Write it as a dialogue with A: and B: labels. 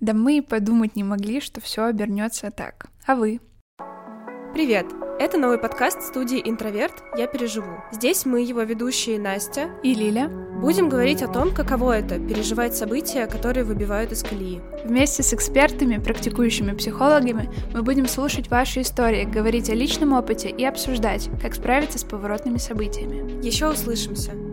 A: Да мы и подумать не могли, что все обернется так. А вы?
B: Привет! Это новый подкаст студии «Интроверт. Я переживу». Здесь мы, его ведущие Настя,
A: И Лиля?
B: будем говорить о том, каково это — переживать события, которые выбивают из колеи.
A: Вместе с экспертами, практикующими психологами, мы будем слушать ваши истории, говорить о личном опыте и обсуждать, как справиться с поворотными событиями.
B: Еще услышимся!